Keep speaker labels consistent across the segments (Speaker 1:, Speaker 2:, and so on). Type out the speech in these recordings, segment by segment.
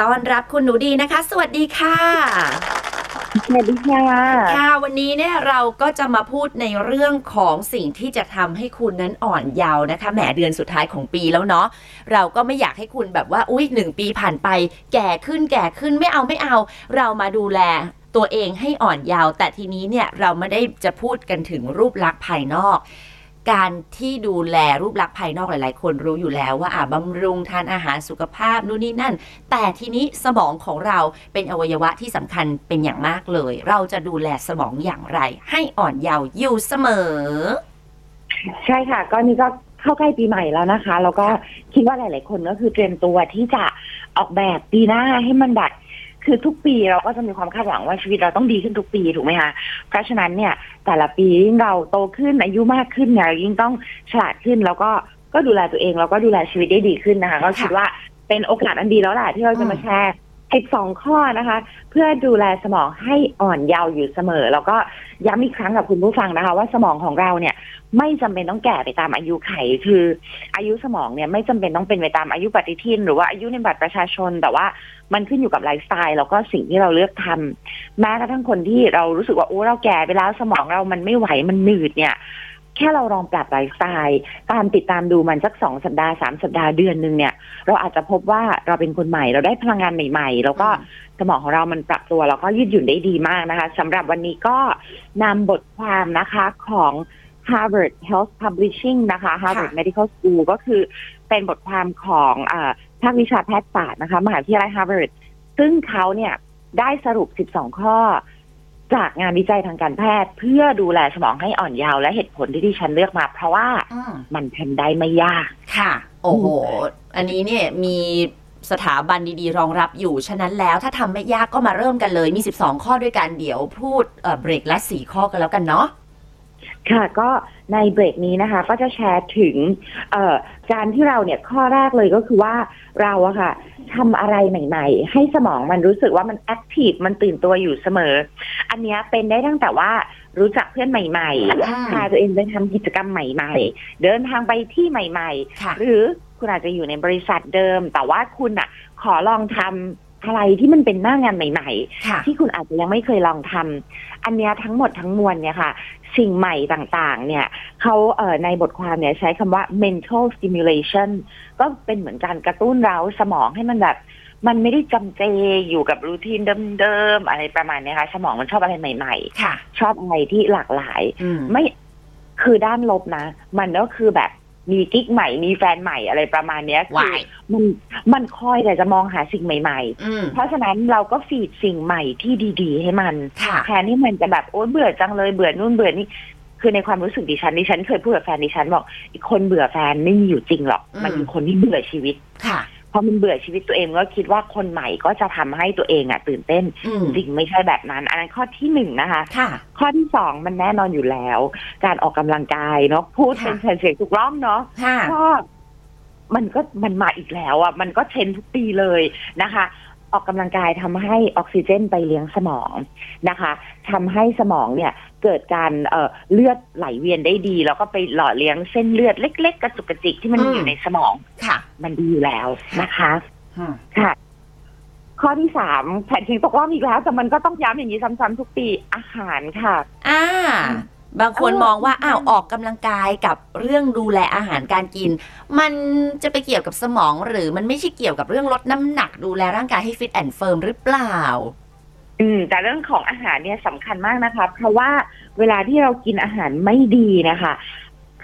Speaker 1: ต้อนรับคุณหนูดีนะคะ สวัสดีค่ะ
Speaker 2: สวัสดีค่ะ
Speaker 1: ค่ะวันนี้เนี่ยเราก็จะมาพูดในเรื่องของสิ่งที่จะทำให้คุณนั้นอ่อนเยาว์นะคะแหมเดือนสุดท้ายของปีแล้วเนาะเราก็ไม่อยากให้คุณแบบว่าอุ้ยหนึ่งปีผ่านไป แก่ขึ้นแก่ขึ้นไม่เอาไม่เอา เรามาดูแลตัวเองให้อ่อนเยาว์แต่ทีนี้เนี่ยเราไม่ได้จะพูดกันถึงรูปลักษณ์ภายนอก การที่ดูแลรูปลักษณ์ภายนอกหลาย ๆ คนรู้อยู่แล้วว่าอ่ะบำรุงทานอาหารสุขภาพนู่นนี่นั่น แต่ทีนี้สมองของเราเป็นอวัยวะที่สำคัญเป็นอย่างมากเลย เราจะดูแลสมองอย่างไร ให้อ่อนเยาว์อยู่เสมอ
Speaker 2: ใช่ค่ะก็นี่ก็เข้าใกล้ปีใหม่แล้วนะคะ แล้วก็คิดว่าหลาย ๆ คนก็คือเตรียมตัวที่จะออกแบบปีหน้าให้มันแบบคือทุกปีเราก็จะมีความคาดหวังว่าชีวิตเราต้องดีขึ้นทุกปีถูกไหมคะเพราะฉะนั้นเนี่ย แต่ละปียิ่งเราโตขึ้นอายุมากขึ้นเนี่ยเรายิ่งต้องฉลาดขึ้น แล้วก็ก็ดูแลตัวเองแล้วก็ดูแลชีวิตได้ดีขึ้นนะคะ ก็คิดว่าเป็นโอกาสอันดีแล้วแหละที่เราจะมาแชร์อีกสองข้อนะคะ เพื่อดูแลสมองให้อ่อนเยาว์อยู่เสมอ แล้วก็ย้ำอีกครั้งกับคุณผู้ฟังนะคะ ว่าสมองของเราเนี่ย ไม่จำเป็นต้องแก่ไปตามอายุไข คืออายุสมองเนี่ยไม่จำเป็นต้องเป็นไปตามอายุปฏิทิน หรือว่าอายุในบัตรประชาชน แต่ว่ามันขึ้นอยู่กับไลฟ์สไตล์แล้วก็สิ่งที่เราเลือกทำแม้กระทั่งคนที่เรารู้สึกว่าโอ้เราแก่ไปแล้วสมองเรามันไม่ไหวมันหนืดเนี่ย แค่เราลองปรับไลฟ์สไตล์ตามติดตามดูมันสักสองสัปดาห์สามสัปดาห์เดือนหนึ่งเนี่ย เราอาจจะพบว่าเราเป็นคนใหม่เราได้พลังงานใหม่ ๆ แล้วก็
Speaker 1: อืม
Speaker 2: สมองของเรามันปรับตัวแล้วก็ยืดหยุ่นได้ดีมากนะคะสำหรับวันนี้ก็นำบทความนะคะของ Harvard Health Publishing นะคะ Harvard
Speaker 1: ค่ะ
Speaker 2: Medical School ก็คือเป็นบทความของเออภาควิชาแพทยศาสตร์นะคะ มหาวิทยาลัย Harvard ซึ่งเขาเนี่ยได้สรุป 12 ข้อ จากงานวิจัยทางการแพทย์ เพื่อดูแลสมองให้อ่อนเยาว์และเหตุผลที่ที่ฉันเลือกมา เพราะว่า
Speaker 1: อืม
Speaker 2: มันทำได้ไม่ยาก
Speaker 1: ค่ะ โอ้โห อันนี้เนี่ยมีสถาบันดีๆ รองรับอยู่ ฉะนั้นแล้วถ้าทำไม่ยากก็มาเริ่มกันเลย มี 12 ข้อด้วยกันเดี๋ยวพูดเอ่อเบรกละ 4 ข้อกันแล้วกันเนาะ
Speaker 2: ค่ะก็ในเบรกนี้นะคะก็จะแชร์ถึงเอ่อการที่เราเนี่ยข้อแรกเลยก็คือว่าเราอะค่ะทำอะไรใหม่ ๆ ให้สมองมันรู้สึกว่ามันแอคทีฟมันตื่นตัวอยู่เสมอ อันเนี้ยเป็นได้ตั้งแต่ว่ารู้จักเพื่อนใหม่
Speaker 1: อ่า
Speaker 2: ๆพาตัวเองไปทำกิจกรรมใหม่ๆ เดินทางไปที่ใหม่ ๆ
Speaker 1: ค่ะ
Speaker 2: หรือคุณอาจจะอยู่ในบริษัทเดิม แต่ว่าคุณอะขอลองทำอะไรที่มันเป็นหน้างานใหม่ ๆ
Speaker 1: ค่ะ
Speaker 2: ที่คุณอาจจะยังไม่เคยลองทำอันเนี้ยทั้งหมดทั้งมวลเนี่ยค่ะ สิ่งใหม่ต่างๆ เนี่ยเขาเอ่อในบทความเนี่ยใช้คำว่า mental stimulation ก็เป็นเหมือนการกระตุ้นเราสมองให้มันแบบ มันไม่ได้จำเจอยู่กับรูทีนเดิมๆ อะไรประมาณเนี้ยค่ะ สมองมันชอบอะไรใหม่
Speaker 1: ค่ะ
Speaker 2: ๆ ชอบอะไรที่หลากหลาย
Speaker 1: อืม
Speaker 2: ไม่คือด้านลบนะ มันก็คือแบบมีกิ๊กใหม่ มีแฟนใหม่อะไรประมาณเนี้ยคื
Speaker 1: Why?
Speaker 2: มันมันคอยแต่จะมองหาสิ่งใหม่ ๆ
Speaker 1: อืม
Speaker 2: เพราะฉะนั้นเราก็ฟีดสิ่งใหม่ที่ดีๆ ให้มัน
Speaker 1: ค่ะ
Speaker 2: แทนที่มันจะแบบโอ๊ยเบื่อจังเลยเบื่อนู่นเบื่อนี่คือในความรู้สึกดิฉันดิฉันเคยพูดกับแฟนดิฉันบอกอีกคนเบื่อแฟนไม่มีอยู่จริงหรอก
Speaker 1: อืม
Speaker 2: มันมีคนที่เบื่อชีวิต
Speaker 1: ค่ะ
Speaker 2: พอมันเบื่อชีวิตตัวเองก็คิดว่าคนใหม่ก็จะทำให้ตัวเองอ่ะ ตื่นเต้น
Speaker 1: อืม
Speaker 2: จริงไม่ใช่แบบนั้น อันนั้นข้อที่หนึ่งนะคะ
Speaker 1: ค่ะ
Speaker 2: ข้อที่สองมันแน่นอนอยู่แล้ว การออกกำลังกายเนาะพูดเป็น
Speaker 1: ค่ะ
Speaker 2: เสียงๆทุกรอบเนาะ
Speaker 1: ค่ะ
Speaker 2: ก็มันก็มันมาอีกแล้วอ่ะมันก็เทรนด์ทุกปีเลยนะคะ ออกกำลังกายทำให้ออกซิเจนไปเลี้ยงสมองนะคะทำให้สมองเนี่ยเกิดการเอ่อเลือดไหลเวียนได้ดี แล้วก็ไปหล่อเลี้ยงเส้นเลือดเล็ก ๆ กระจุกกระจิกที่มัน
Speaker 1: อืม
Speaker 2: อยู่ในสมอง
Speaker 1: ค่ะ
Speaker 2: มันดีอยู่แล้วนะคะ
Speaker 1: อืม
Speaker 2: ค่ะ ข้อที่สามแผ่นทิ้งตกรอบอีกแล้ว แต่มันก็ต้องย้ำอย่างนี้ซ้ำๆทุกปีอาหารค่ะ
Speaker 1: อ่า
Speaker 2: อืม
Speaker 1: บางคน
Speaker 2: เออ
Speaker 1: มองว่า
Speaker 2: ใช่
Speaker 1: อ้าวออกกำลังกายกับเรื่องดูแลอาหารการกิน มันจะไปเกี่ยวกับสมองหรือมันไม่ใช่เกี่ยวกับเรื่องลดน้ำหนักดูแลร่างกายให้ฟิตแอนด์เฟิร์มหรือเปล่า
Speaker 2: อืมแต่เรื่องของอาหารเนี่ยสำคัญมากนะคะ เพราะว่าเวลาที่เรากินอาหารไม่ดีนะคะ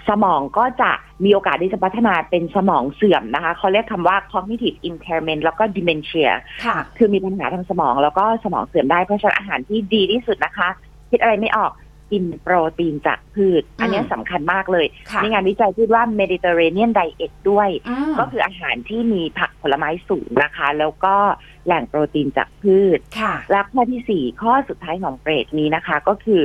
Speaker 2: สมองก็จะมีโอกาสที่จะพัฒนาเป็นสมองเสื่อมนะคะ เขาเรียกคำว่า cognitive impairment แล้วก็ dementia
Speaker 1: ค่ะ
Speaker 2: คือมีปัญหาทางสมองแล้วก็สมองเสื่อมได้เพราะฉะนั้นอาหารที่ดีที่สุดนะคะ คิดอะไรไม่ออกกินโปรตีนจากพืช อันเนี้ย
Speaker 1: อืม
Speaker 2: สำคัญมากเลย
Speaker 1: ค่ะ
Speaker 2: มีงานวิจัยพูดว่า Mediterranean diet ด้วย
Speaker 1: อืม
Speaker 2: ก็คืออาหารที่มีผักผลไม้สูงนะคะ แล้วก็แหล่งโปรตีนจากพืช
Speaker 1: ค่ะ
Speaker 2: และข้อที่สี่ข้อสุดท้ายของเกรดนี้นะคะ ก็คือ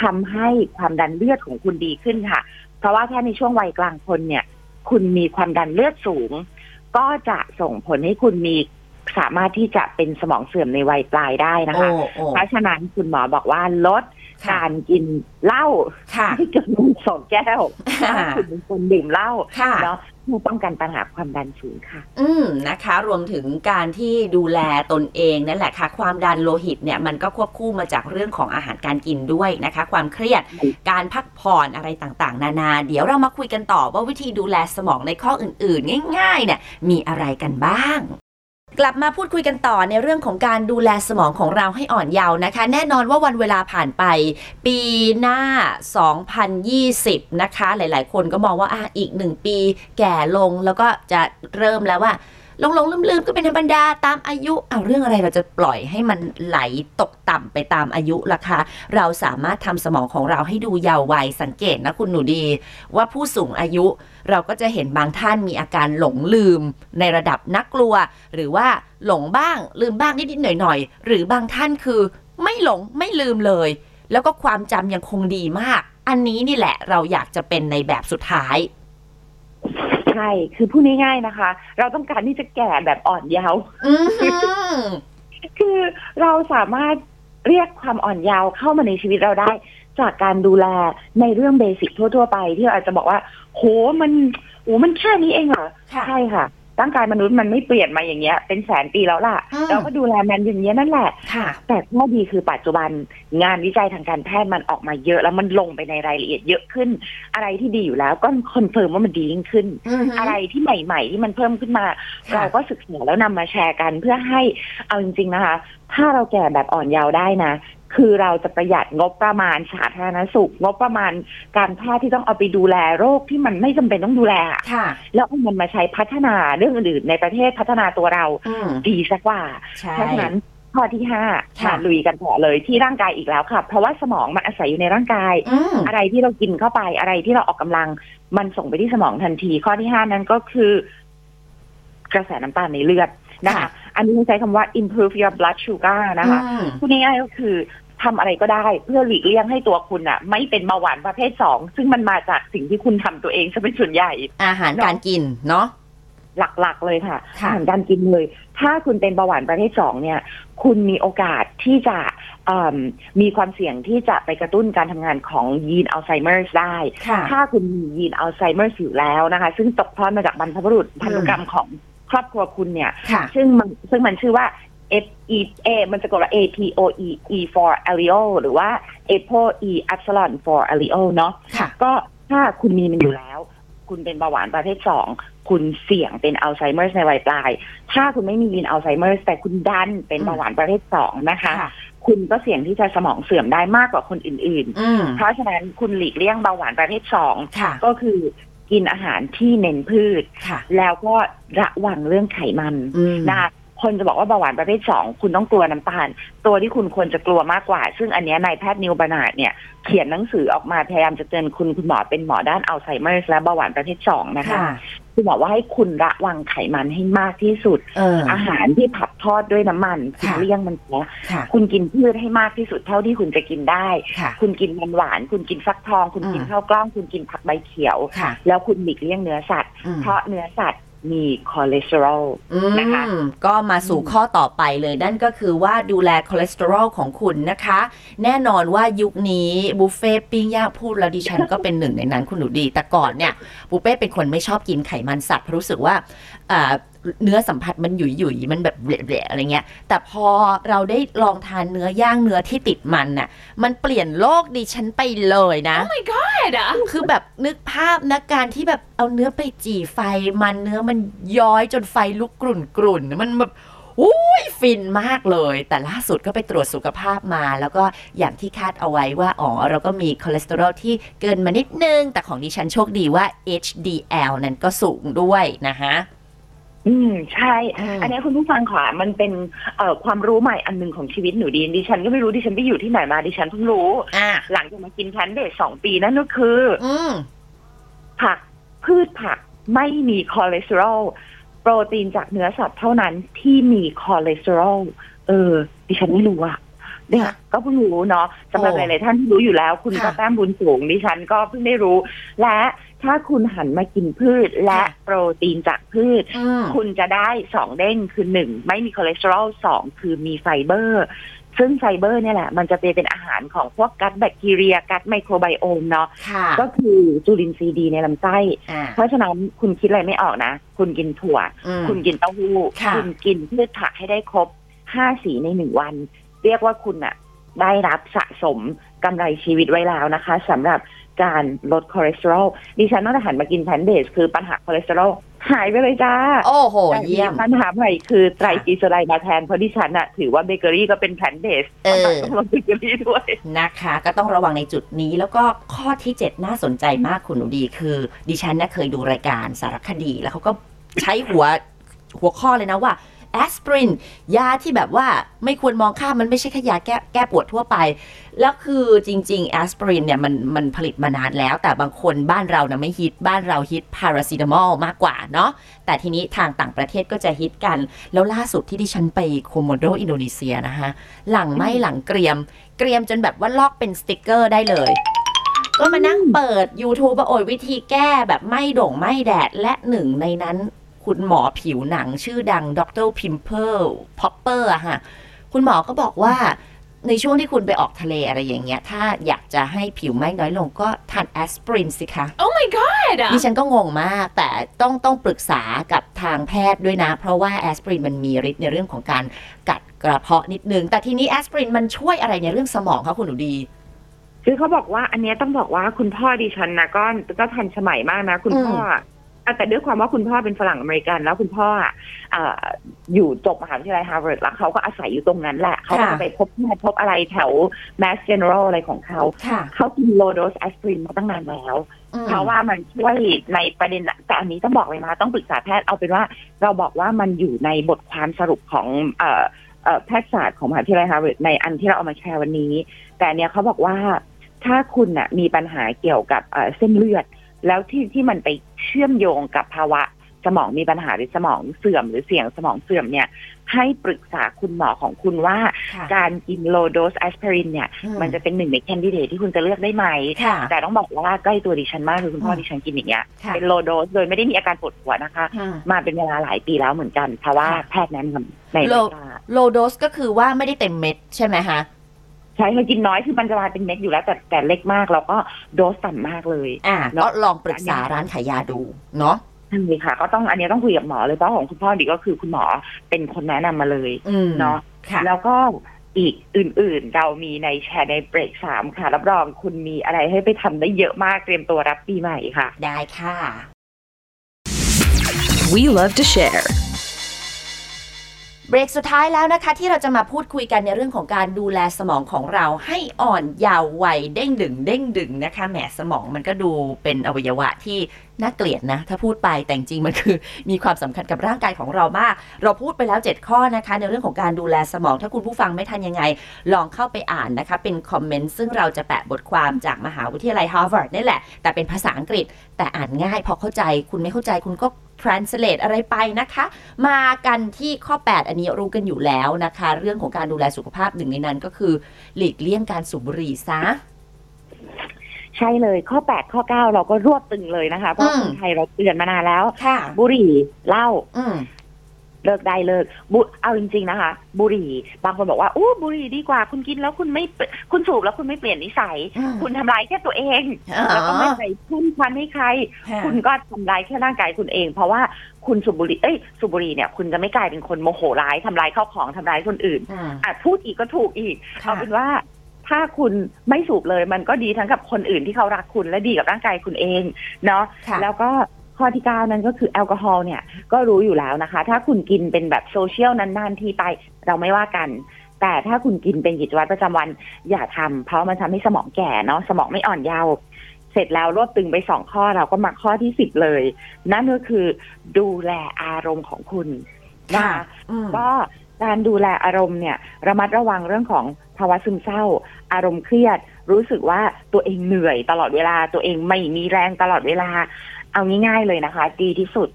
Speaker 2: ทำให้ความดันเลือดของคุณดีขึ้นค่ะ เพราะว่าถ้าในช่วงวัยกลางคนเนี่ย คุณมีความดันเลือดสูง ก็จะส่งผลให้คุณมีสามารถที่จะเป็นสมองเสื่อมในวัยปลายได้นะ
Speaker 1: โอ้
Speaker 2: คะ
Speaker 1: โอ้
Speaker 2: เพราะฉะนั้นคุณหมอบอกว่าลด
Speaker 1: ค่ะ
Speaker 2: การกินเหล้า
Speaker 1: ค่ะ
Speaker 2: ที่เกินสองแก้ว
Speaker 1: ค่ะ
Speaker 2: ถ้าคุณเป็นคนดื่มเหล้า
Speaker 1: ค่ะ
Speaker 2: เนาะ เพื่อป้องกันปัญหาความดันสูงค่ะ
Speaker 1: อืมนะคะ รวมถึงการที่ดูแลตนเองนั่นแหละค่ะ ความดันโลหิตเนี่ยมันก็ควบคู่มาจากเรื่องของอาหารการกินด้วยนะคะ ความเครียดการพักผ่อนอะไรต่างๆ นานา เดี๋ยวเรามาคุยกันต่อว่าวิธีดูแลสมองในข้ออื่นๆ ง่ายๆเนี่ยมีอะไรกันบ้าง กลับมาพูดคุยกันต่อในเรื่องของการดูแลสมองของเราให้อ่อนเยาว์นะคะ แน่นอนว่าวันเวลาผ่านไป ปีหน้า 2020 นะคะ หลายๆ คนก็มองว่าอ่ะอีกหนึ่งปีแก่ลงแล้วก็จะเริ่มแล้วว่าลงลงลืมลืมๆ ก็เป็นธรรมดาตามอายุเอาวเรื่องอะไรเราจะปล่อยให้มันไหลตกต่ำไปตามอายุล่ะคะ เราสามารถทำสมองของเราให้ดูเยาว์วัยสังเกตนะคุณหนูดี ว่าผู้สูงอายุเราก็จะเห็นบางท่านมีอาการหลงลืมในระดับนักกลัว หรือว่าหลงบ้างลืมบ้างนิดๆหน่อยๆ หรือบางท่านคือไม่หลงไม่ลืมเลย แล้วก็ความจำยังคงดีมาก อันนี้นี่แหละเราอยากจะเป็นในแบบสุดท้าย
Speaker 2: ใช่ คือพูดง่ายๆนะคะ เราต้องการที่จะแก่แบบอ่อนเยาว์
Speaker 1: อือหือ
Speaker 2: คือเราสามารถเรียกความอ่อนเยาว์เข้ามาในชีวิตเราได้ จากการดูแลในเรื่องเบสิกทั่ว ๆ ไปที่เราอาจจะบอกว่า โหมันโหมันแค่นี้เองเหรอ
Speaker 1: ค่ะ
Speaker 2: ใช่ค่ะ ร่างกายมนุษย์มันไม่เปลี่ยนมาอย่างเงี้ย เป็นแสนปีแล้วล่ะ
Speaker 1: อืม
Speaker 2: เราก็ดูแลมันอย่างเงี้ยนั่นแหละ
Speaker 1: ค่ะ
Speaker 2: แต่ข้อดีคือปัจจุบันงานวิจัยทางการแพทย์มันออกมาเยอะ แล้วมันลงไปในรายละเอียดเยอะขึ้น อะไรที่ดีอยู่แล้วก็คอนเฟิร์มว่ามันดียิ่งขึ้น
Speaker 1: อือหือ
Speaker 2: อะไรที่ใหม่ ๆ ที่มันเพิ่มขึ้นมา
Speaker 1: ค่ะ
Speaker 2: เราก็ศึกษาแล้วนำมาแชร์กันเพื่อให้เอาจริง ๆนะคะ ถ้าเราแก่แบบอ่อนเยาว์ได้นะ คือเราจะประหยัดงบประมาณสาธารณสุข งบประมาณการแพทย์ที่ต้องเอาไปดูแลโรคที่มันไม่จำเป็นต้องดูแลอะ
Speaker 1: ค่ะ
Speaker 2: แล้วเอามันมาใช้พัฒนาเรื่องอื่นๆในประเทศพัฒนาตัวเรา
Speaker 1: อืม
Speaker 2: ดีสักกว่า
Speaker 1: ใช่
Speaker 2: เพราะฉะนั้นข้อที่ห้า
Speaker 1: ค่ะ
Speaker 2: มาลุยกันต่อเลยที่ร่างกายอีกแล้วค่ะ เพราะว่าสมองมันอาศัยอยู่ในร่างกาย
Speaker 1: อืม
Speaker 2: อะไรที่เรากินเข้าไปอะไรที่เราออกกำลัง มันส่งไปที่สมองทันที ข้อที่ห้านั้นก็คือ กระแสน้ำตาลในเลือดนะคะ อันนี้ใช้คำว่า improve your blood sugar นะคะ
Speaker 1: อืม
Speaker 2: พูดง่ายๆก็คือทำอะไรก็ได้เพื่อหลีกเลี่ยงให้ตัวคุณอะไม่เป็นเบาหวานประเภทสองซึ่งมันมาจากสิ่งที่คุณทำตัวเองซะเป็นส่วนใหญ่
Speaker 1: อาหารการกินเนาะ
Speaker 2: หลักๆ เลยค่ะ
Speaker 1: ค่ะ
Speaker 2: อาหารการกินเลย ถ้าคุณเป็นเบาหวานประเภทสองเนี่ย คุณมีโอกาสที่จะเอิ่มมีความเสี่ยงที่จะไปกระตุ้นการทำงานของยีนอัลไซเมอร์ได้
Speaker 1: ค่ะ
Speaker 2: ถ้าคุณมียีนอัลไซเมอร์อยู่แล้วนะคะ ซึ่งตกทอดมาจากบรรพบุรุษพันธุกรรมของครอบครัวคุณเนี่ย
Speaker 1: ค่ะ
Speaker 2: ซึ่งมันซึ่งมันชื่อว่า F E A มันจะกดว่า A P O E E for allele หรือว่า APO E epsilon for allele เนาะ
Speaker 1: ค่ะ
Speaker 2: ก็ถ้าคุณมีมันอยู่แล้ว คุณเป็นเบาหวานประเภทสองคุณเสี่ยงเป็นอัลไซเมอร์ในวัยปลาย ถ้าคุณไม่มียีนอัลไซเมอร์แต่คุณดันเป็นเบาหวานประเภทสองนะคะ
Speaker 1: ค่ะ
Speaker 2: คุณก็เสี่ยงที่จะสมองเสื่อมได้มากกว่าคนอื่น
Speaker 1: อืม
Speaker 2: ๆ เพราะฉะนั้นคุณหลีกเลี่ยงเบาหวานประเภทสอง
Speaker 1: ค่ะ
Speaker 2: ก็คือกินอาหารที่เน้นพืช
Speaker 1: ค่ะ
Speaker 2: แล้วก็ระวังเรื่องไขมัน
Speaker 1: อืม
Speaker 2: นะคะคนจะบอกว่าเบาหวานประเภทสองคุณต้องกลัวน้ำตาล ตัวที่คุณควรจะกลัวมากกว่า ซึ่งอันเนี้ยนายแพทย์นิวบานาดเนี่ย เขียนหนังสือออกมาพยายามจะเตือนคุณคุณหมอเป็นหมอด้านอัลไซเมอร์และเบาหวานประเภทสองนะคะ
Speaker 1: ค่ะ
Speaker 2: คุณหมอว่าให้คุณระวังไขมันให้มากที่สุด
Speaker 1: เออ
Speaker 2: อาหารที่ผัดทอดด้วยน้ำมันคุณ
Speaker 1: ค่ะ
Speaker 2: เลี่ยงมันนะ
Speaker 1: ค่ะ
Speaker 2: คุณกินพืชให้มากที่สุดเท่าที่คุณจะกินได้
Speaker 1: ค่ะ
Speaker 2: คุณกินมันหวาน คุณกินฟักทอง คุณกิน
Speaker 1: อืม
Speaker 2: ข้าวกล้อง คุณกินผักใบเขียว
Speaker 1: ค่ะ
Speaker 2: แล้วคุณหลีกเลี่ยงเนื้อสัตว์
Speaker 1: อืม
Speaker 2: เพราะเนื้อสัตว์มีคอเลสเตอรอล
Speaker 1: อืม
Speaker 2: นะคะ
Speaker 1: ก็มาสู่ข้อต่อไปเลยนั่นก็คือว่าดูแลคอเลสเตอรอลของคุณนะคะ แน่นอนว่ายุคนี้บุฟเฟ่ต์ปิ้งย่างพูดแล้วดิฉันก็เป็นหนึ่งในนั้นคุณหนูดี แต่ก่อนเนี่ยบุฟเฟ่ต์เป็นคนไม่ชอบกินไขมันสัตว์เพราะรู้สึกว่าอ่า เนื้อสัมผัสมันหยุยหยุยๆมันแบบเละๆอะไรเงี้ย แต่พอเราได้ลองทานเนื้อย่างเนื้อที่ติดมันน่ะ มันเปลี่ยนโลกดิฉันไปเลยนะ
Speaker 3: ไม่ได้นะ
Speaker 1: คือแบบนึกภาพนะการที่แบบเอาเนื้อไปจี่ไฟมันเนื้อมันย้อยจนไฟลุกกรุ่นกรุ่นมันแบบอุ้ยฟินมากเลย แต่ล่าสุดก็ไปตรวจสุขภาพมา แล้วก็อย่างที่คาดเอาไว้ว่า อ๋อ เราก็มีคอเลสเตอรอลที่เกินมานิดนึง แต่ของดิฉันโชคดีว่า HDL นั้นก็สูงด้วยนะฮะ
Speaker 2: อืมใช่
Speaker 1: อืม
Speaker 2: อันนี้คุณผู้ฟังขวามันเป็นเอ่อความรู้ใหม่อันหนึ่งของชีวิตหนูดีดิฉันก็ไม่รู้ดิฉันไปอยู่ที่ไหนมาดิฉันเพิ่งรู้
Speaker 1: อ่ะ
Speaker 2: หลังจากมากินแพลนเบสสองปีนั่นก็คืออ
Speaker 1: อืม
Speaker 2: ผักพืชผักไม่มีคอเลสเตอรอลโปรตีนจากเนื้อสัตว์เท่านั้นที่มีคอเลสเตอรอลเออ ดิฉันไม่รู้อะเนี่ยก็เพิ่งรู้เนาะสำหรับ
Speaker 1: โอ้
Speaker 2: หลายๆท่านที่รู้อยู่แล้ว คุณ
Speaker 1: ค่ะ
Speaker 2: ก็แต้มบุญสูงดิฉันก็เพิ่งได้รู้ และ ถ้าคุณหันมากินพืชและ
Speaker 1: ค่ะ
Speaker 2: โปรตีนจากพืช
Speaker 1: อืม
Speaker 2: คุณจะได้สองเด้งคือหนึ่งไม่มีคอเลสเตอรอลสองคือมีไฟเบอร์ ซึ่งไฟเบอร์เนี่ยแหละ มันจะไปเป็นอาหารของพวกกัดแบคทีเรีย กัดไมโครไบโอมเนาะ
Speaker 1: ค่ะ
Speaker 2: ก็คือจุลินทรีย์ดีในลำไส้
Speaker 1: อ่า
Speaker 2: เพราะฉะนั้นคุณคิดอะไรไม่ออกนะ คุณกินถั่ว
Speaker 1: อืม
Speaker 2: คุณกินเต้าหู้
Speaker 1: ค่ะ
Speaker 2: ณกินพืชผักให้ได้ครบห้าสีในหนึ่งวัน เรียกว่าคุณอะได้รับสะสมกำไรชีวิตไว้แล้วนะคะสำหรับการลดคอเลสเตอรอลดิฉันตั้งแต่หันมากินแพนเดสคือปัญหาคอเลสเตอรอลหายไปเลยจ้า
Speaker 1: โอ้โห
Speaker 2: แต่
Speaker 1: เยี่ยม
Speaker 2: ปัญหาใหม่คือไตรกลีเซอไรด์มาแทนเพราะดิฉันอะถือว่าเบเกอรี่ก็เป็นแพลนเบส
Speaker 1: เออ
Speaker 2: ต้องลงเบเกอรี่ด้วย
Speaker 1: นะคะ ก็ต้องระวังในจุดนี้แล้วก็ข้อที่ 7 น่าสนใจมากคุณหนูดีคือ ดิฉันนะเคยดูรายการสารคดี แล้วเขาก็ใช้หัวหัวข้อเลยนะว่าแอสไพรินยาที่แบบว่าไม่ควรมองข้ามมันไม่ใช่แค่ยาแก้แก้ปวดทั่วไป แล้วคือจริงๆแอสไพรินเนี่ยมันมันผลิตมานานแล้ว แต่บางคนบ้านเรานะไม่ฮิตบ้านเราฮิตพาราซิตามอลมากกว่าเนาะแต่ทีนี้ทางต่างประเทศก็จะฮิตกัน แล้วล่าสุดที่ดิฉันไปโคโมโดอินโดนีเซียนะคะ หลังไหม่หลังเกรียม เกรียมจนแบบว่าลอกเป็นสติกเกอร์ได้เลย ก็มานั่งเปิด YouTube ว่าโอ้ยวิธีแก้แบบไม่โด่งไม่แดดและหนึ่งในนั้น คุณหมอผิวหนังชื่อดังดรพิมเพิลพอปเปอร์อะฮะ คุณหมอก็บอกว่าในช่วงที่คุณไปออกทะเลอะไรอย่างเงี้ย ถ้าอยากจะให้ผิวไหม้น้อยลงก็ทานแอสไพรินสิคะ
Speaker 3: Oh my god
Speaker 1: ดิฉันก็งงมาก แต่ต้องต้องปรึกษากับทางแพทย์ด้วยนะ เพราะว่าแอสไพรินมันมีฤทธิ์ในเรื่องของการกัดกระเพาะนิดนึง แต่ทีนี้แอสไพรินมันช่วยอะไรในเรื่องสมองคะคุณหนูดี
Speaker 2: คือเขาบอกว่าอันเนี้ยต้องบอกว่าคุณพ่อดิฉันนะก็ก็ทันสมัยมากนะ คุณ
Speaker 1: อืม
Speaker 2: พ่ออะแต่ด้วยความว่าคุณพ่อเป็นฝรั่งอเมริกัน แล้วคุณพ่ออะเอ่ออยู่จบมหาวิทยาลัยฮาร์วาร์ดแล้วเขาก็อาศัยอยู่ตรงนั้นแหละเขาก็จะไปพบแพทย์พบอะไรแถวแมสเจเนอรัลอะไรของเขา
Speaker 1: ค่ะ
Speaker 2: เขากินโลโดสแอสไพรินมาตั้งนานแล้ว เพราะว่ามันช่วยในประเด็นอะแต่อันนี้ต้องบอกเลยนะต้องปรึกษาแพทย์เอาเป็นว่า เราบอกว่ามันอยู่ในบทความสรุปของเอ่อเอ่อแพทยศาสตร์ของมหาวิทยาลัยฮาร์วาร์ดในอันที่เราเอามาแชร์วันนี้ แต่เนี่ยเขาบอกว่าถ้าคุณอะมีปัญหาเกี่ยวกับเอ่อเส้นเลือด แล้วที่ที่มันไปเชื่อมโยงกับภาวะสมองมีปัญหาหรือสมองเสื่อมหรือเสี่ยงสมองเสื่อมเนี่ยให้ปรึกษาคุณหมอของคุณว่า
Speaker 1: ค่ะ
Speaker 2: การกินโลโดสแอสไพรินเนี่ยมันจะเป็นหนึ่งในแคนดิเดตที่คุณจะเลือกได้ไหม
Speaker 1: ค่ะ
Speaker 2: แต่ต้องบอกว่าใกล้ตัวดิฉันมากคือคุณพ่อ
Speaker 1: ค่ะ
Speaker 2: ดิฉันกินอย่างเงี้ย
Speaker 1: ค่ะ
Speaker 2: เป็นโลโดสโดยไม่ได้มีอาการปวดหัวนะคะ
Speaker 1: ค่ะ
Speaker 2: มาเป็นเวลาหลายปีแล้วเหมือนกัน เพราะว่า
Speaker 1: ค่ะ
Speaker 2: แพทย์แนะนำใน
Speaker 1: โล
Speaker 2: เวลา
Speaker 1: โลโดสก็คือว่าไม่ได้เต็มเม็ดใช่ไหมคะ
Speaker 2: ใช้มากินน้อยคือมันจะมาเป็นเม็ดอยู่แล้วแต่แต่เล็กมากแล้วก็โดสต่ำมากเลย
Speaker 1: อ่า
Speaker 2: เนอะ
Speaker 1: ก็ลองปรึกษาร้านขายยาดู เนาะ
Speaker 2: ใช่ค่ะ ก็ต้องอันเนี้ยต้องคุยกับหมอเลยเพราะของคุณพ่อดิก็คือคุณหมอเป็นคนแนะนำมาเลย
Speaker 1: อืม
Speaker 2: เนาะ
Speaker 1: ค่ะ
Speaker 2: แล้วก็อีกอื่นๆ เรามีในแชร์ในเบรกสามค่ะรับรองคุณมีอะไรให้ไปทำได้เยอะมากเตรียมตัวรับปีใหม่ค่ะ
Speaker 1: ได้ค่ะ
Speaker 3: We love to share.
Speaker 1: เบรกสุดท้ายแล้วนะคะ ที่เราจะมาพูดคุยกันในเรื่องของการดูแลสมองของเราให้อ่อนเยาว์วัยเด้งดึงเด้งดึงนะคะแหมสมองมันก็ดูเป็นอวัยวะที่น่าเกลียดนะ ถ้าพูดไปแต่จริงๆมันคือ มีความสำคัญกับร่างกายของเรามาก เราพูดไปแล้ว 7 ข้อนะคะ ในเรื่องของการดูแลสมองถ้าคุณผู้ฟังไม่ทันยังไง ลองเข้าไปอ่านนะคะ เป็นคอมเมนต์ซึ่งเราจะแปะบทความจากมหาวิทยาลัยฮาร์วาร์ดนี่แหละ แต่เป็นภาษาอังกฤษ แต่อ่านง่ายพอเข้าใจคุณไม่เข้าใจคุณก็ translate อะไรไปนะคะ มากันที่ข้อ 8 อันนี้รู้กันอยู่แล้วนะคะ เรื่องของการดูแลสุขภาพหนึ่งในนั้นก็คือ หลีกเลี่ยงการสูบบุหรี่ซะ
Speaker 2: ใช่เลยข้อ 8 ข้อ 9 เราก็รวบตึงเลยนะคะ เพราะ
Speaker 1: อืม
Speaker 2: คนไทยเราเตือนมานานแล้ว
Speaker 1: ค่ะ
Speaker 2: บุหรี่เหล้า
Speaker 1: อืม
Speaker 2: เลิกได้เลิกบุเอาจริง ๆ นะคะ บุหรี่บางคนบอกว่าอู้บุหรี่ดีกว่า คุณกินแล้วคุณไม่เปลี่ยนคุณสูบแล้วคุณไม่เปลี่ยนนิสัย
Speaker 1: อืม
Speaker 2: คุณทำลายแค่ตัวเอง
Speaker 1: อ๋อ
Speaker 2: แล้วก็ไม่ไปพุ่มควันให้ใคร
Speaker 1: ค่ะ
Speaker 2: คุณก็ทำลายแค่ร่างกายคุณเอง เพราะว่าคุณสูบบุหรี่เอ้ยสูบบุหรี่เนี่ยคุณจะไม่กลายเป็นคนโมโหร้ายทำลายข้าวของทำลายคนอื่น
Speaker 1: อืม
Speaker 2: อ่ะพูดอีกก็ถูกอีก
Speaker 1: ค่ะ
Speaker 2: เอาเป็นว่าถ้าคุณไม่สูบเลยมันก็ดีทั้งกับคนอื่นที่เขารักคุณและดีกับร่างกายคุณเองเนาะ
Speaker 1: ค่ะ
Speaker 2: แล้วก็ข้อที่เก้านั้นก็คือแอลกอฮอล์เนี่ยก็รู้อยู่แล้วนะคะ ถ้าคุณกินเป็นแบบโซเชียลนานๆทีไปเราไม่ว่ากัน แต่ถ้าคุณกินเป็นกิจวัตรประจำวันอย่าทำเพราะมันทำให้สมองแก่เนาะสมองไม่อ่อนเยาว์เสร็จแล้วรวบตึงไปสองข้อเราก็มาข้อที่สิบเลย นั่นก็คือดูแลอารมณ์ของคุณน
Speaker 1: ค่ะอืม
Speaker 2: ก็การดูแลอารมณ์เนี่ยระมัดระวังเรื่องของภาวะซึมเศร้า อารมณ์เครียด รู้สึกว่าตัวเองเหนื่อยตลอดเวลาตัวเองไม่มีแรงตลอดเวลา เอาง่ายๆเลยนะคะ ดีที่สุด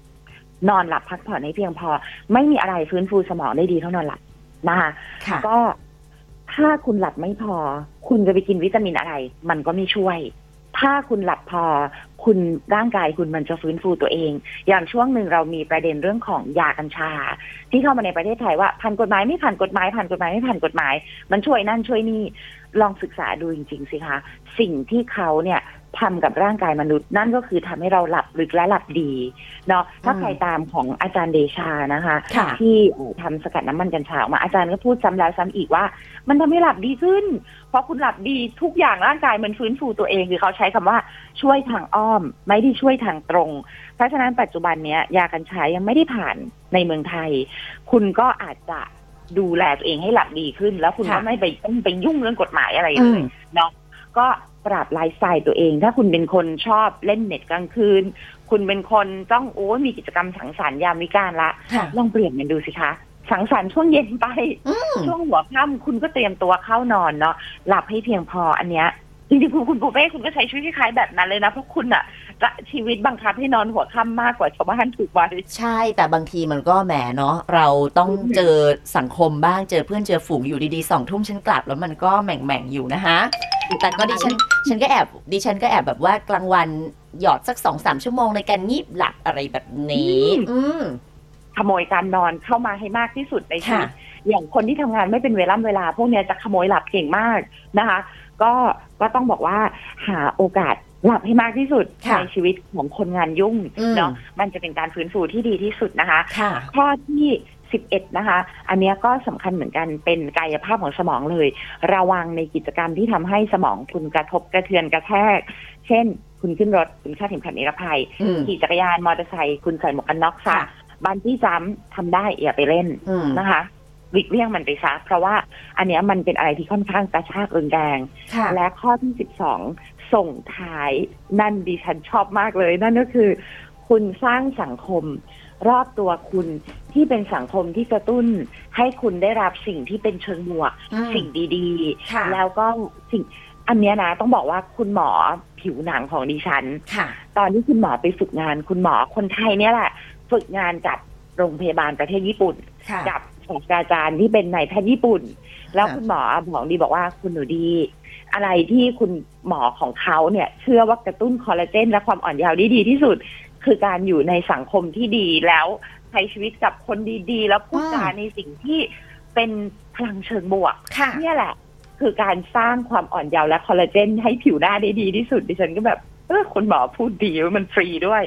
Speaker 2: นอนหลับพักผ่อนให้เพียงพอ ไม่มีอะไรฟื้นฟูสมองได้ดีเท่านอนหลับนะคะ
Speaker 1: ค่ะ
Speaker 2: ก็ถ้าคุณหลับไม่พอ คุณจะไปกินวิตามินอะไร มันก็ไม่ช่วย ถ้าคุณหลับพอ คุณร่างกายคุณมันจะฟื้นฟูตัวเอง อย่างช่วงหนึ่งเรามีประเด็นเรื่องของยากัญชา ที่เข้ามาในประเทศไทยว่าผ่านกฎหมายไม่ผ่านกฎหมายผ่านกฎหมายไม่ผ่านกฎหมาย มันช่วยนั่นช่วยนี่ลองศึกษาดูจริง ๆ สิคะสิ่งที่เขาเนี่ยทำกับร่างกายมนุษย์ นั่นก็คือทำให้เราหลับลึกและหลับดีเนาะถ้าใครตามของอาจารย์เดชานะคะ
Speaker 1: ค่ะ
Speaker 2: ที่ทำสกัดน้ำมันกัญชาออกมาอาจารย์ก็พูดซ้ำแล้วซ้ำอีกว่า มันทำให้หลับดีขึ้น เพราะคุณหลับดีทุกอย่างร่างกายมันฟื้นฟูตัวเองคือเขาใช้คำว่าช่วยทางอ้อม ไม่ได้ช่วยทางตรง เพราะฉะนั้นปัจจุบันเนี้ยยากัญชายังไม่ได้ผ่านในเมืองไทย คุณก็อาจจะดูแลตัวเองให้หลับดีขึ้น แล้วคุณ
Speaker 1: ค่ะ
Speaker 2: ก็ไม่ไปต้องไปยุ่งเรื่องกฎหมายอะไร
Speaker 1: อื
Speaker 2: เล
Speaker 1: ม
Speaker 2: ย ก็ปรับไลฟ์สไตล์ตัวเอง ถ้าคุณเป็นคนชอบเล่นเน็ตกลางคืน คุณเป็นคนต้องโอ้ยมีกิจกรรมสังสรรค์ยามวิกาลละ
Speaker 1: ค่ะ
Speaker 2: ลองเปลี่ยนกันดูสิคะ สังสรรค์ช่วงเย็นไป
Speaker 1: ม
Speaker 2: ช่วงหัวค่ำคุณก็เตรียมตัวเข้านอนเนาะหลับให้เพียงพออันเนี้ยจริงๆคุณคุณปูเป้คุณก็ใช้ชีวิตคล้ายๆแบบนั้นเลยนะ เพราะคุณอะจะชีวิตบังคับให้นอนหัวค่ำมากกว่าชาวบ้านถูกไหม
Speaker 1: ใช่แต่บางทีมันก็แหมเนาะเราต้อง
Speaker 2: อืม
Speaker 1: เจอสังคมบ้างเจอเพื่อนเจอฝูงอยู่ดีๆสองทุ่มฉันกลับ แล้วมันก็แหม่งแหม่งๆอยู่นะฮะ แต่ก็ดิฉันฉันก็แอบดิฉันก็แอบแบบว่ากลางวันหยอดสักสองสามชั่วโมงในการงีบหลับอะไรแบบนี้ อืม
Speaker 2: ขโมยการนอนเข้ามาให้มากที่สุดในชีวิต
Speaker 1: ค่ะ
Speaker 2: อย่างคนที่ทำงานไม่เป็นเวลาเวลา พวกเนี้ยจะขโมยหลับเก่งมากนะคะ ก็ก็ต้องบอกว่าหาโอกาสหลับให้มากที่สุด
Speaker 1: ค่ะ
Speaker 2: ในชีวิตของคนงานยุ่ง
Speaker 1: อืม
Speaker 2: เนาะมันจะเป็นการฟื้นฟูที่ดีที่สุดนะคะ
Speaker 1: ค่ะ
Speaker 2: ข้อที่ 11 นะคะ อันเนี้ยก็สำคัญเหมือนกันเป็นกายภาพของสมองเลย ระวังในกิจกรรมที่ทำให้สมองคุณกระทบกระเทือนกระแทก เช่น คุณขึ้นรถคุณคาดเข็มขัดนิรภัย
Speaker 1: อืม
Speaker 2: ขี่จักรยานมอเตอร์ไซค์คุณใส่หมวกกันน็อกซะ
Speaker 1: ค่ะ
Speaker 2: บันที่จ้ำทำได้อย่าไปเล่น
Speaker 1: อืม
Speaker 2: นะคะหลีกเลี่ยงมันไปซะเพราะว่าอันเนี้ยมันเป็นอะไรที่ค่อนข้างกระชากรุนแรง
Speaker 1: ค่ะ
Speaker 2: และข้อที่สิบสองส่งท้ายนั่นดิฉันชอบมากเลย นั่นก็คือ คุณสร้างสังคม รอบตัวคุณที่เป็นสังคมที่กระตุ้น ให้คุณได้รับสิ่งที่เป็นเชิงบวก
Speaker 1: อืม
Speaker 2: สิ่งดี
Speaker 1: ค่ะ
Speaker 2: ๆ แล้วก็สิ่งอันเนี้ยนะ ต้องบอกว่าคุณหมอผิวหนังของดิฉัน
Speaker 1: ค่ะ
Speaker 2: ตอนที่คุณหมอไปฝึกงาน คุณหมอคนไทยเนี่ยแหละ ฝึกงานกับโรงพยาบาลประเทศญี่ปุ่น
Speaker 1: ค่ะ
Speaker 2: กับศาสตราจารย์ที่เป็นนายแพทย์ญี่ปุ่น แล้ว
Speaker 1: ค่ะ
Speaker 2: คุณหมอของดีบอกว่าคุณหนูดี อะไรที่คุณหมอของเขาเนี่ย เชื่อว่ากระตุ้นคอลลาเจนและความอ่อนเยาว์ได้ดีที่สุด คือการอยู่ในสังคมที่ดีแล้วใช้ชีวิตกับคนดีๆ แล้วพูดจาในสิ่งที่เป็นพลังเชิงบวก
Speaker 1: ค่ะ
Speaker 2: เนี่ยแหละ คือการสร้างความอ่อนเยาว์และคอลลาเจนให้ผิวหน้าได้ดีที่สุดดิฉันก็แบบเออคุณหมอพูดดีมันฟรีด้วย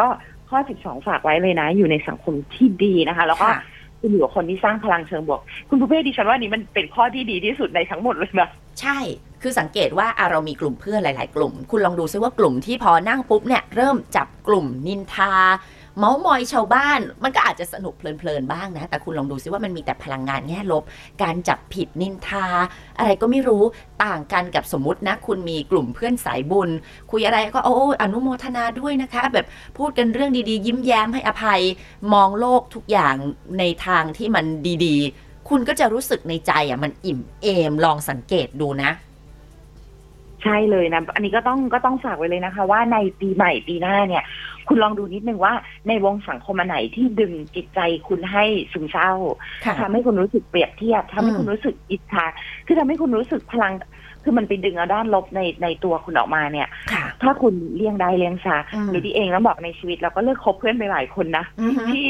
Speaker 2: ก็ข้อ 12 ฝากไว้เลยนะ อยู่ในสังคมที่ดีนะคะ แล้วก็
Speaker 1: ค่ะ
Speaker 2: คุณอยู่กับคนที่สร้างพลังเชิงบวก คุณผู้เพื่ดิฉันว่านี่มันเป็นข้อที่ดีที่สุดในทั้งหมดเลยนะ
Speaker 1: ใช่ คือสังเกตว่าอ่ะเรามีกลุ่มเพื่อนหลาย ๆ กลุ่ม คุณลองดูซิว่ากลุ่มที่พอนั่งปุ๊บเนี่ย เริ่มจับกลุ่มนินทา เมาส์มอยชาวบ้าน มันก็อาจจะสนุกเพลิน ๆ บ้างนะ แต่คุณลองดูซิว่ามันมีแต่พลังงานแง่ลบ การจับผิดนินทา อะไรก็ไม่รู้ ต่างกันกับสมมตินะ คุณมีกลุ่มเพื่อนสายบุญ คุยอะไรก็โอ้อนุโมทนาด้วยนะคะ แบบพูดกันเรื่องดี ๆ ยิ้มแย้มให้อภัย มองโลกทุกอย่างในทางที่มันดี ๆ คุณก็จะรู้สึกในใจอ่ะมันอิ่มเอมลองสังเกตดูนะ
Speaker 2: ใช่เลยนะ อันนี้ก็ต้องก็ต้องฝากไว้เลยนะคะ ว่าในปีใหม่ปีหน้าเนี่ย คุณลองดูนิดนึงว่าในวงสังคมอันไหนที่ดึงจิตใจคุณให้ซึมเศร้า
Speaker 1: ค่ะ
Speaker 2: ทำให้คุณรู้สึกเปรียบเทียบทำให้
Speaker 1: อืม
Speaker 2: คุณรู้สึกอิจฉาคือทำให้คุณรู้สึกพลัง คือมันไปดึงเอาด้านลบในในตัวคุณออกมาเนี่ย
Speaker 1: ค่ะ
Speaker 2: ถ้าคุณเลี่ยงได้เลี่ยงซะ
Speaker 1: อืม
Speaker 2: หรือที่เองแล้วบอกในชีวิตเราก็เลิกคบเพื่อนไปหลายคนนะ
Speaker 1: อือฮึ
Speaker 2: ที่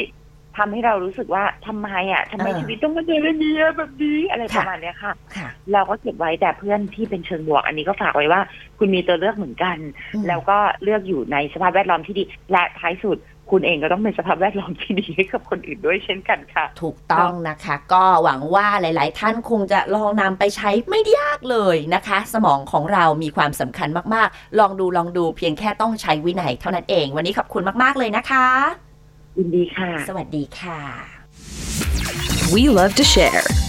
Speaker 2: ทำให้เรารู้สึกว่าทำไมอ่ะทำไม
Speaker 1: เออ
Speaker 2: ชีวิตต้องมาเจอเรื่องนี้อะแบบนี้อะไรป
Speaker 1: ค่ะ
Speaker 2: ระมาณเนี้ยค่ะ
Speaker 1: ค่ะ
Speaker 2: เราก็เก็บไว้แต่เพื่อนที่เป็นเชิงบวก อันนี้ก็ฝากไว้ว่า คุณมีตัวเลือกเหมือนกัน แล้วก็เลือกอยู่ในสภาพแวดล้อมที่ดี และท้ายสุดคุณเองก็ต้องเป็นสภาพแวดล้อมที่ดีให้กับคนอื่นด้วยเช่นกันค่ะ
Speaker 1: ถูกต้องนะคะ ก็หวังว่าหลาย ๆ ท่านคงจะลองนำไปใช้ไม่ยากเลยนะคะ สมองของเรามีความสำคัญมาก ๆ ลองดูลองดูเพียงแค่ต้องใช้วินัยเท่านั้นเอง วันนี้ขอบคุณมาก ๆ เลยนะคะ
Speaker 2: ยินดีค่ะ
Speaker 1: สวัสดีค่ะ
Speaker 3: We love to share.